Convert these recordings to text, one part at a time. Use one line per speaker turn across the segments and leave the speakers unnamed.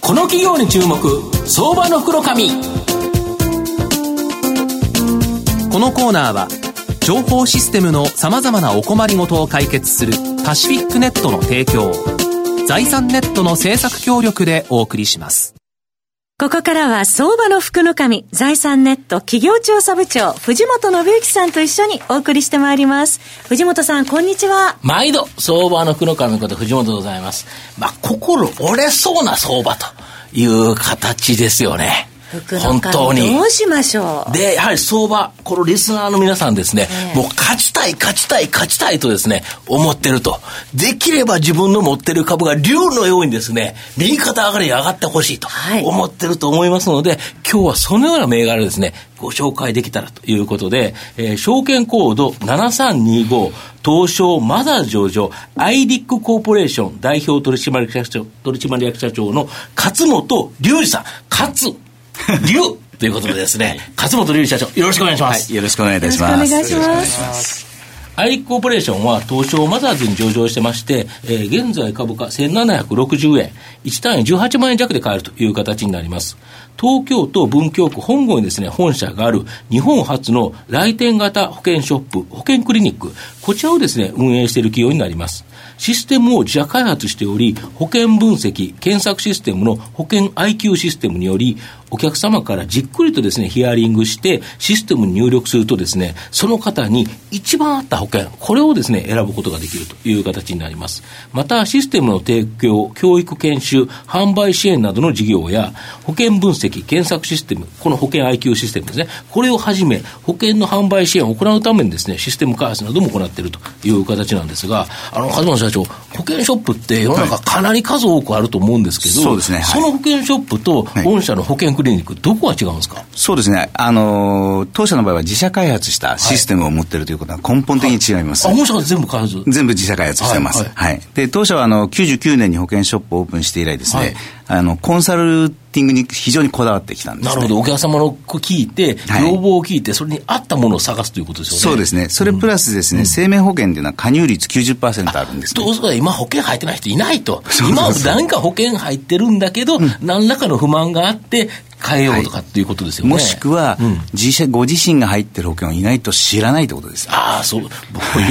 この企業に注目相場の袋紙このコーナーは情報システムのさまざまなお困りごとを解決するパシフィックネットの提供を財産ネットの制作協力でお送りします
ここからは相場の福の神、財産ネット企業調査部長、藤本信之さんと一緒にお送りしてまいります。藤本さん、こんにちは。
毎度、相場の福の神のこと、藤本でございます。まあ、心折れそうな相場という形ですよね。
福の
本当
神、
に
どう。しましょう。
で、やはり相場、このリスナーの皆さんですね、
ええ
もう勝ちたい、勝ちたい、勝ちたいとですね、思ってると。できれば自分の持ってる株が竜のようにですね、右肩上がりに上がってほしいと
はい
思ってると思いますので、今日はそのような銘柄をですね、ご紹介できたらということで、えー証券コード7325、東証マザー上場、アイリックコーポレーション代表取締役社長、取締役社長の勝本隆二さん、勝 龍ということでですね、勝本龍二社長、よろしくお願いしま
は
す。
い、よろしくお願いいたし
よ
ま
ろ
す。
しくお願いします
よろくお願いしす。
アイリックコーポレーションは東証マザーズに上場してまして、えー現在株価1760円、1単位18万円弱で買えるという形になります。東京都文京区本郷にですね、本社がある日本初の来店型保険ショップ、保険クリニック、こちらをですね、運営している企業になります。システムを自社開発しており、保険分析、検索システムの保険 IQ システムにより、お客様からじっくりとですね、ヒアリングして、システムに入力するとですね、その方に一番合った保険、これをですね、選ぶことができるという形になります。また、システムの提供、教育研修、販売支援などの事業や、保険分析、検索システム、この保険 IQ システムですね、これをはじめ、保険の販売支援を行うためにですね、システム開発なども行っているという形なんですが、あの、梶本社長、保険ショップって世の中かなり数多くあると思うんですけど、
そうですねはい
その保険ショップと
はい
御社の保険クリニック、どこが違うんですか
そうですね。あのー当社の場合は自社開発したシステムを持っているということは根本的に違います。
あ、御社が全部開発。
全部自社開発してます。
は
はいい、
は
で、当社はあの、99年に保険ショップをオープンして以来ですね、
はい
あの、コンサルティングに非常にこだわってきたんです、ね。
なるほど、お客様の聞いて、
はい
要望を聞いて、それに合ったものを探すということですよね。
そうですね。それプラスですね、生命保険というのは加入率90%あるんです、ね。
どうすれば今保険入ってない人いないと。
そう
今
そうそう
何か保険入ってるんだけど、何らかの不満があって変えようとかっていうことですよね。
もしくは、
うん
自社、ご自身が入ってる保険を意外と知らないってことです。
ああ、そう、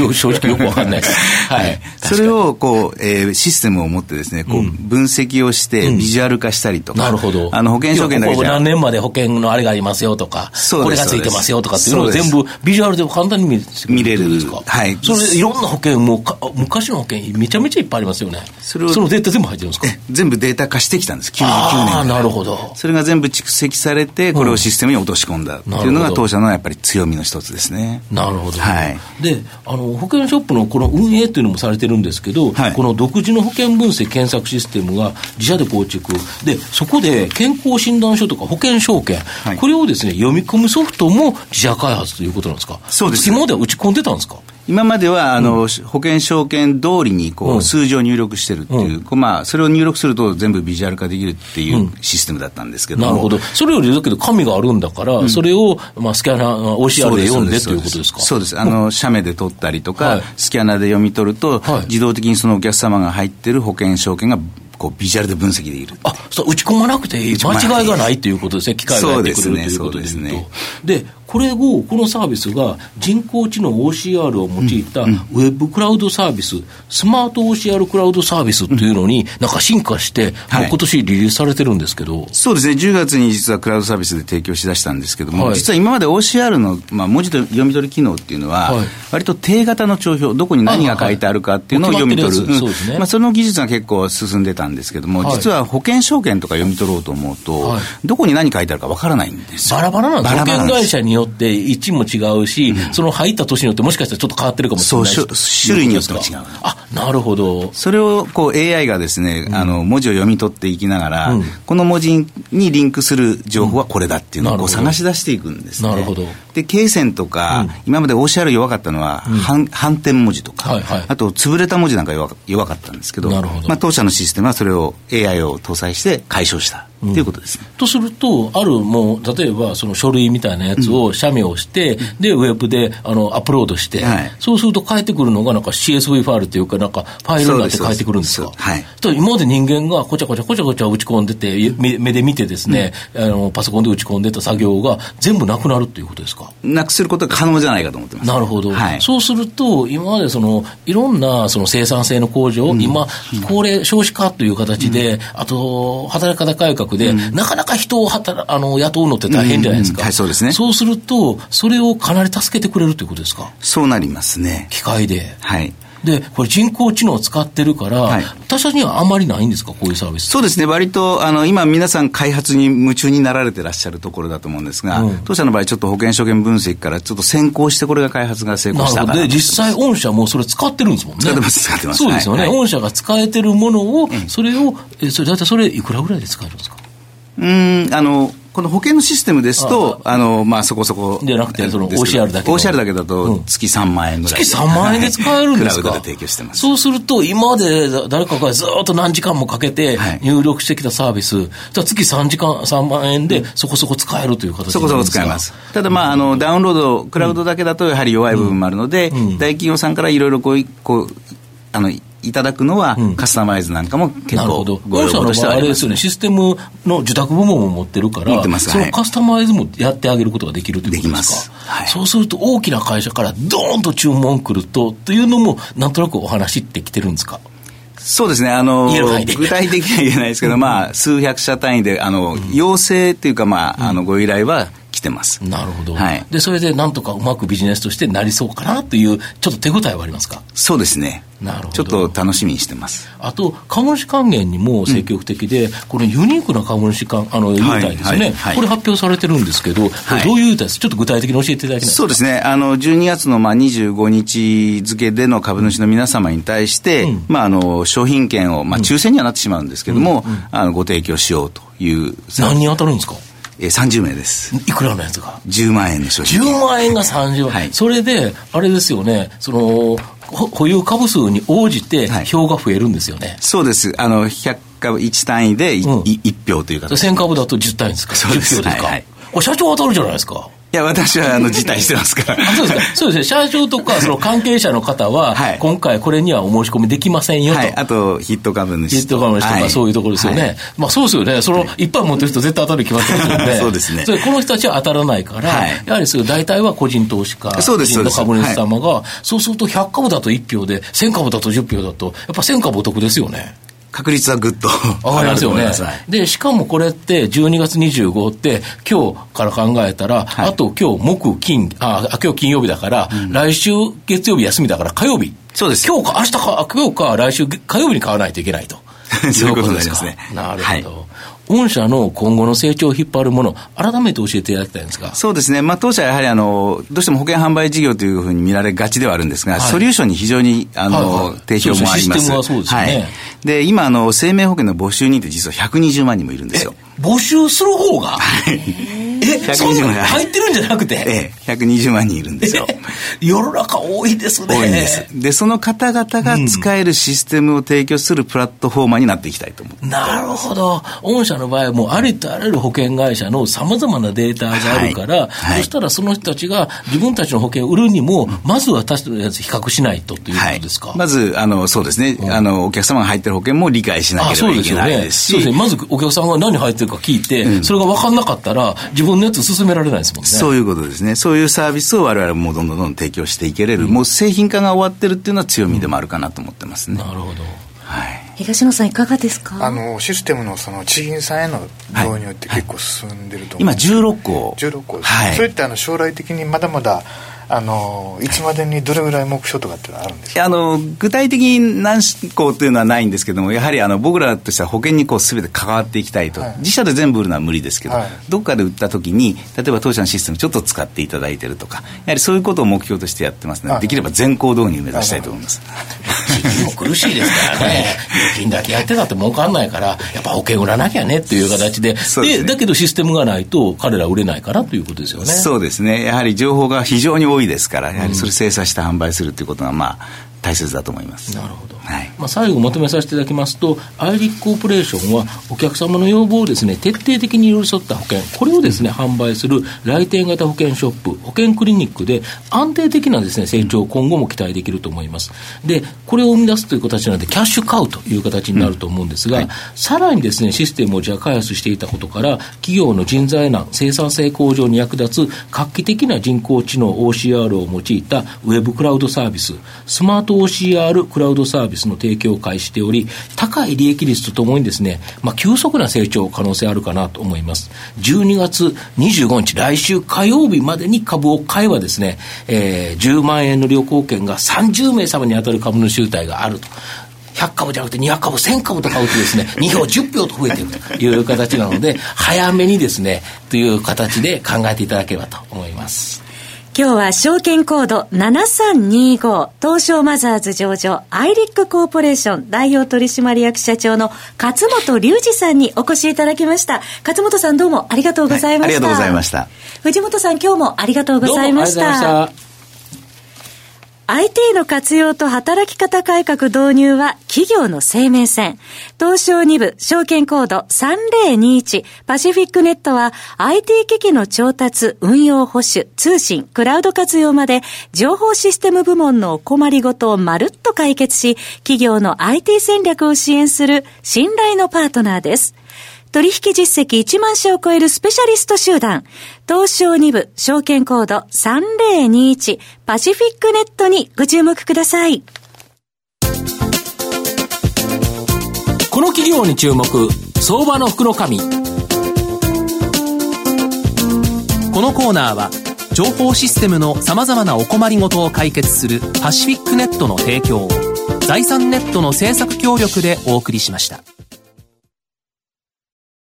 僕、正直よくわかん ないです。はい。
それをこう、えーシステムを持ってですね、こう分析をしてビジュアル化したりとか、
なるほど。
あの保険証券だけ
要はこ
じ
こ
ゃ
何年まで保険のあれがありますよとか、
そう
これ
です
がついてますよとかっていうのを
そうで
全
す
部ビジュアルで簡単に見
見れる
んですか。
はい
それでいろんな保険もか、昔の保険めちゃめちゃいっぱいありますよね。そ
それを
のデータ全部入ってるんですか
全部データ化してきたんです、99年
ああ、
から
なるほど。
それが全部蓄積されて、これをシステムに落とし込んだっていうの
なるほ
が
ど
当社のやっぱり強みの一つですね。
なるほど、
はい。
であの保険ショップのこの運営というのもされてるんですけど、
はい
この独自の保険分析検索システムが自社で構築でそこで健康診断書とか保険証券、
い
これをですね読み込むソフトも自社開発ということなんですか
そうです
今までは打ち込んでたんですか
今までは、あの、保険証券通りに、こう、
うん
数字を入力してるっていう、こうまあ、それを入力すると全部ビジュアル化できるっていうんうシステムだったんですけども
なるほどそれよりだけど紙があるんだから、それを、まあ、スキャナー OCR で読んでということですか
そうです。あの、写メで取ったりとか、
はい
スキャナーで読み取ると、
はい
自動的にそのお客様が入ってる保険証券が、こう、ビジュアルで分析できる。
あそう打ち込まなくていい、
打ち込まなくていい
間違いがないということですね、機械がやってくれるということです
そうです
と
ねそう。
で、これを、このサービスが人工知能 OCR を用いたウェブクラウドサービス、スマート OCR クラウドサービスっていうのに、なんか進化して、
はい
もう今年リリースされてるんですけど、
そうですね、10月に実はクラウドサービスで提供しだしたんですけども、
はい
実は今まで OCR の、まあ、文字と読み取り機能っていうのは、
はい
割と定型の帳票、どこに何が書いてあるかっていうのを
はい
読み取る、
決まってるやつ
うん
そうですね
まあ、その技術が結構進んでたんですけども、
はい
実は保険証券とか読み取ろうと思うと、
はい
どこに何書いてあるかわからないんですよ
バラバラなんです
バ
よ
ラ
保
バラなん
険
です
会社によって位置も違うし、その入った年によってもしかしたらちょっと変わってるかもしれないし
そう種種類によっても違う
あ、なるほど。
それをこう AI がですね、あの文字を読み取っていきながら、
うん
この文字にリンクする情報はこれだっていうの
う
を
ん
こう探し出していくんですね。
なるほど
で、経線とか、今まで OCR 弱かったのは、反反転文字とか、
はいはい
あと潰れた文字なんか弱か弱かったんですけど
なるほど
まあ、当社のシステムはそれを AI を搭載して解消した。ということですね。
とすると、あるもう、例えばその書類みたいなやつを写メをして、で、ウェブであのアップロードして、
はい
そうすると返ってくるのが、なんか CSV ファイルというか、なんかファイルになって返ってくるんですか
そう。ですそうです
と今まで人間がこちゃこちゃこちゃこちゃ打ち込んでて、目目で見てですね、あの、パソコンで打ち込んでた作業が全部なくなるということですか。
なくすることが可能じゃないかと思ってます。
なるほど、
はい。
そうすると、今までそのいろんなその生産性の向上、今、高齢少子化という形で、あと働き方改革で、なかなか人を働あの雇うのって大変じゃないですか、
うんうんはいそうですね
そうすると、それをかなり助けてくれるということですか、
そうなりますね。
機械で。
はい。
で、これ、人工知能を使ってるから、
はい
他社にはあまりないんですか、こういうサービス。
そうですね、割とあの今、皆さん、開発に夢中になられてらっしゃるところだと思うんですが、
うん
当社の場合、ちょっと保険証券分析からちょっと先行して、これが開発が成功
な
した
る
か
ほ
な
ど。
と
で、実際、御社もそれ使ってるんですもんね。
使ってます使ってます
そうですよね。
はいはい
御社が使えてるものを、それを、えそれ、だいたいそれ、いくらぐらいで使えるんですか
うーんあのこの保険のシステムですと、あのまあ、そこそこ
じゃなくてその
ですけど
OCR だけの
OCR だけだ
う
と
ん、
月3万円ぐらい、
月3万円で使えるんですか、
はいクラウドで提供してます。
そうすると、今まで誰かがずっと何時間もかけて
はい
入力してきたサービス、じゃあ月3時間、3万円でそこそこ使えるという形
そこそこ使えます。ただ、まあ、あの、ダウンロード、クラウドだけだとやはり弱い部分もあるので、大企業さんからいろいろこうい、こう、あの、いただくのは、
ん
カスタマイズなんかも結
なる
構
ほど。、
ご要
御社
望
の
として
場合、
は
あれ
あり
で
ますす
よ。ね、システムの受託部門も持ってるから、
持ってます
そ
は
の
い
カスタマイズもやってあげることができるということですか。
できますはい
そうすると、大きな会社からドーンと注文来ると、というのも、なんとなくお話ってきてるんですか。
そうですね、あの
言える範囲で、
具体的には言えないですけど、まあ、数百社単位で、あの、要請っていうか、まあ、あの、ご依頼は来てます。
なるほど、
はい
でそれでなんとかうまくビジネスとしてなりそうかなという、ちょっと手応えはありますか。
そうですね。
なるほど
ちょっと楽しみにしてます。
あと、株主還元にも積極的で、このユニークな株主還、あの、優待ですね、
はいはい
これ発表されてるんですけど、これどういう優待ですちょっと具体的に教えていただけない
そうですね、あの12月のまあ25日付での株主の皆様に対して、まあ、あの商品券を、まあ、抽選にはなってしまうんですけども、あのご提供しようという、
何人当たるんですか
えー30名です、
いくらのやつが。
10万円の商品
10
券。
万円が30万、
はい
それで、あれですよね、その、ほ保有株数に応じて
はい
票が増えるんですよね。
そうですあの100株1単位でい、
うん
い1票という形い
1000株だと10単位ですか、
そうです
10票ですか、
はいはい
これ社長当たるじゃないですか。
や私はあの辞退してますから
そうですか。そうですね。社長とか、その関係者の方は
はい、
今回これにはお申し込みできませんよと。
はい、あとヒット株主
ジェットガムの人と
は
かそういうところですよね。
はい
まあそうですよね。その、いっぱい持ってる人絶対当たるに決まってるんで。
そうですね
れこの人たちは当たらないから、
はい
やはりそういう大体は個人投資家、
そうです
個人の
そう
株
です
主様が、そうすると100株だと1票で、1000株だと10票だと、やっぱ1000株お得ですよね。
確率はぐっと
わかりますよね
上がると思いますはい。
で、しかもこれって12月25って今日から考えたら、
はい
あと今日木金、あ、あ今日金曜日だから、来週月曜日休みだから火曜日。
そうです。
今日か明日か、あ今日か来週火曜日に買わないといけないと
そういうことになりますね
なる
はい
ほど。御社の今後の成長を引っ張るもの、改めて教えていただきたいんですが。
そうですね、まあ、当社はやはりあのどうしても保険販売事業というふうに見られがちではあるんですが、
い
ソリューションに非常にあの、
はいはい
定評もあります
そうですねシステムはそうですよね
はい、で今あの、生命保険の募集人って実は120万人もいるんですよ。
募集する方が、え、そん
120
な
万
入ってるんじゃなくて、
ええ、120万人いるんですよ。
世の中多いですね。
多いんです。で、その方々が使えるシステムを提供するプラットフォーマーになっていきたいと思う。
なるほど。御社の場合もうありとあらゆる保険会社の様々なデータがあるから、
はいはい
そしたらその人たちが自分たちの保険を売るにも、まずは他社のやつ比較しないとということですか。
まず、あの、そうですね、あの、お客様が入ってる保険も理解しな
あ
けれ
そ
ば
う
い
です
け
よ
ない
ね
で。す
そう
し、
ですね。まずお客さんが何入ってるか聞いて、それが分かんなかったら、自分のやつ進められないですもんね。
そういうことですね。そういうサービスを我々もどんどんどんどん提供していけれる、もう製品化が終わってるっていうのは強みでもあるかなと思ってますね。
なるほど。
はい。
東野さんいかがですか
あのシステムのその地銀さんへの導入って結構進んでると
今
思う、
16個。
16個です、
はい。
それってあの将来的にまだまだあのいつまでにどれぐらい目標とかってのはあるんですか、
あの具体的に何個というのはないんですけども、やはりあの僕らとしては保険にこう全て関わっていきたいと、
はい
自社で全部売るのは無理ですけど、
はい
どっかで売ったときに、例えば当社のシステムちょっと使っていただいてるとか、やはりそういうことを目標としてやってますので、
はい
できれば全行導入目指したいと思います。
もう苦しいですから ね。預金だけやってたって儲かんないから、やっぱ保険売らなきゃねっていう形で。
そうです
で、
ね
だけどシステムがないと彼ら売れないからということですよね。
そうですね、やはり情報が非常に多いですから、やはりそれ精査して販売するということが、まあ、大切だと思います。
なるほど。
はい
まあ、最後まとめさせていただきますと、アイリックコーポレーションは、お客様の要望をですね、徹底的に寄り添った保険、これをですね、販売する来店型保険ショップ、保険クリニックで、安定的なですね、成長を今後も期待できると思います。で、これを生み出すという形なので、キャッシュカウという形になると思うんですが、さらにですね、システムを自社開発していたことから、企業の人材難、生産性向上に役立つ、画期的な人工知能 OCR を用いたウェブクラウドサービス、スマート OCR クラウドサービスの提供を開始しており、高い利益率とともにですね、まあ、急速な成長可能性あるかなと思います。12月25日、来週火曜日までに株を買えばですね、えー10万円の旅行券が30名様に当たる株主優待があると。100株じゃなくて200株、1000株と買うとですね、2票、10票 と増えていくという形なので、早めにですね、という形で考えていただければと思います。
今日は証券コード7325東証マザーズ上場アイリックコーポレーション代表取締役社長の勝本隆二さんにお越しいただきました勝本さんどうもありがとうございました、
はいありがとうございました
藤本さん今日もありがとうご
どう
ざ
もあ
い
りが
ま
とう
し
ございましたた。
IT の活用と働き方改革導入は企業の生命線。東証2部証券コード3021パシフィックネットは IT 機器の調達、運用保守、通信、クラウド活用まで情報システム部門のお困りごとをまるっと解決し、企業の IT 戦略を支援する信頼のパートナーです。取引実績1万社を超えるスペシャリスト集団、東証2部証券コード3021パシフィックネットにご注目ください。
この企業に注目相場の福の神このコーナーは情報システムのさまざまなお困りごとを解決するパシフィックネットの提供を財産ネットの制作協力でお送りしました。